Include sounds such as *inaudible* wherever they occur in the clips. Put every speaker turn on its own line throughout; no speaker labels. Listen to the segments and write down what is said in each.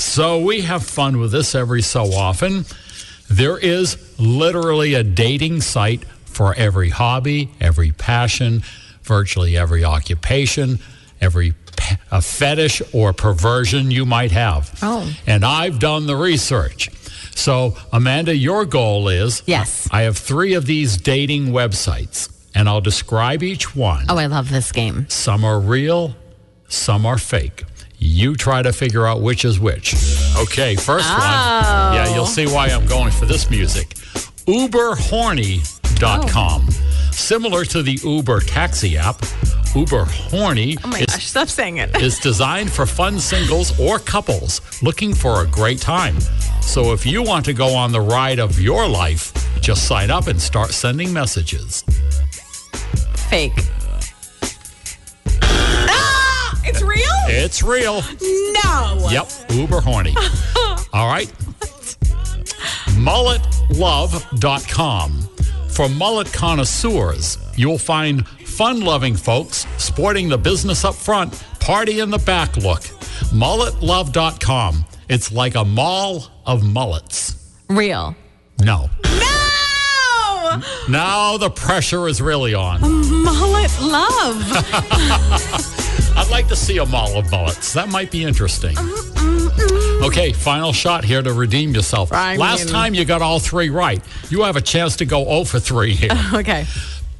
So we have fun with this every so often. There is literally a dating site for every hobby, every passion, virtually every occupation, every pe- a fetish or perversion you might have.
Oh.
And I've done the research. So, Amanda, your goal is
Yes.
I have three of these dating websites, and I'll describe each one.
Oh, I love this game.
Some are real, some are fake. You try to figure out which is which. Okay, first one.
Oh.
Yeah, you'll see why I'm going for this music. Uberhorny.com. Similar to the Uber taxi app, Uber Horny
Oh my
is,
gosh, stop saying it.
is designed for fun singles or couples looking for a great time. So if you want to go on the ride of your life, just sign up and start sending messages.
*laughs* Fake. Ah, it's real?
It's real.
No.
Yep, uber horny. All right. Mulletlove.com. For mullet connoisseurs, you'll find fun loving folks sporting the business up front, party in the back look. Mulletlove.com. It's like a mall of mullets.
Real.
No.
No.
Now the pressure is really on.
Mullet
*laughs*
love.
I'd like to see a mall of mullets. That might be interesting. Okay, final shot here to redeem yourself.
I
Last
mean-
time you got all three right. You have a chance to go 0 for 3 here.
*laughs* okay.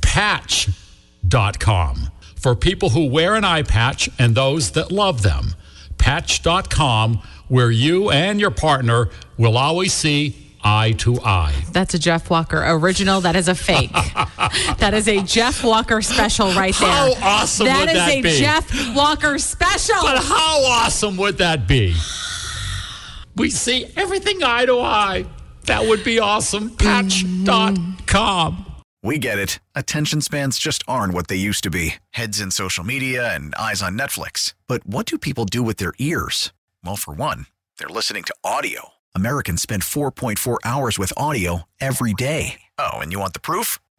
Patch.com. For people who wear an eye patch and those that love them. Patch.com, where you and your partner will always see eye to eye.
That's a Jeff Walker original. That is a
*laughs*
fake. that is a Jeff Walker special right there.
How awesome would
is
that
a
be?
Jeff Walker special.
But how awesome would that be? We see everything eye to eye. That would be awesome.
Mm.
Patch.com.
We get it. Attention spans just aren't what they used to be heads in social media and eyes on Netflix. But what do people do with their ears? Well, for one, they're listening to audio. Americans spend 4.4 hours with audio every day. Oh, and you want the proof?